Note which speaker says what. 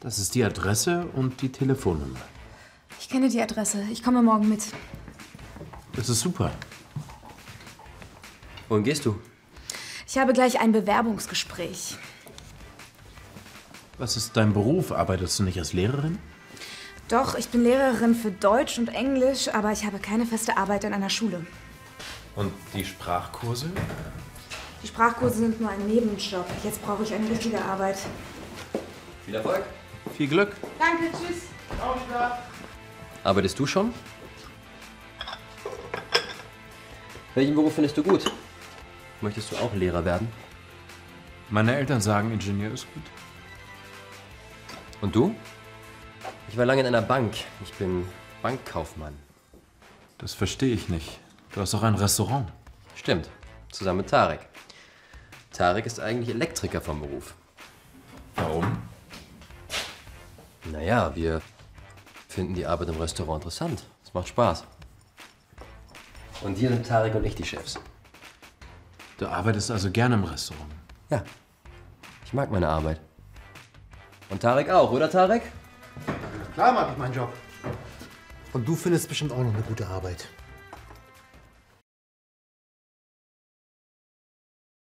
Speaker 1: Das ist die Adresse und die Telefonnummer.
Speaker 2: Ich kenne die Adresse. Ich komme morgen mit.
Speaker 1: Das ist super.
Speaker 3: Wohin gehst du?
Speaker 2: Ich habe gleich ein Bewerbungsgespräch.
Speaker 1: Was ist dein Beruf? Arbeitest du nicht als Lehrerin?
Speaker 2: Doch, ich bin Lehrerin für Deutsch und Englisch, aber ich habe keine feste Arbeit in einer Schule.
Speaker 1: Und die Sprachkurse?
Speaker 2: Die Sprachkurse sind nur ein Nebenjob. Jetzt brauche ich eine richtige Arbeit.
Speaker 3: Viel Erfolg.
Speaker 1: Viel Glück.
Speaker 2: Danke, tschüss.
Speaker 3: Arbeitest du schon? Welchen Beruf findest du gut? Möchtest du auch Lehrer werden?
Speaker 1: Meine Eltern sagen, Ingenieur ist gut.
Speaker 3: Und du? Ich war lange in einer Bank. Ich bin Bankkaufmann.
Speaker 1: Das verstehe ich nicht. Du hast doch ein Restaurant.
Speaker 3: Stimmt. Zusammen mit Tarek. Tarek ist eigentlich Elektriker vom Beruf.
Speaker 1: Warum?
Speaker 3: Naja, wir finden die Arbeit im Restaurant interessant. Es macht Spaß. Und hier sind Tarek und ich die Chefs.
Speaker 1: Du arbeitest also gerne im Restaurant.
Speaker 3: Ja. Ich mag meine Arbeit. Und Tarek auch, oder Tarek?
Speaker 4: Klar mag ich meinen Job.
Speaker 5: Und du findest bestimmt auch noch eine gute Arbeit.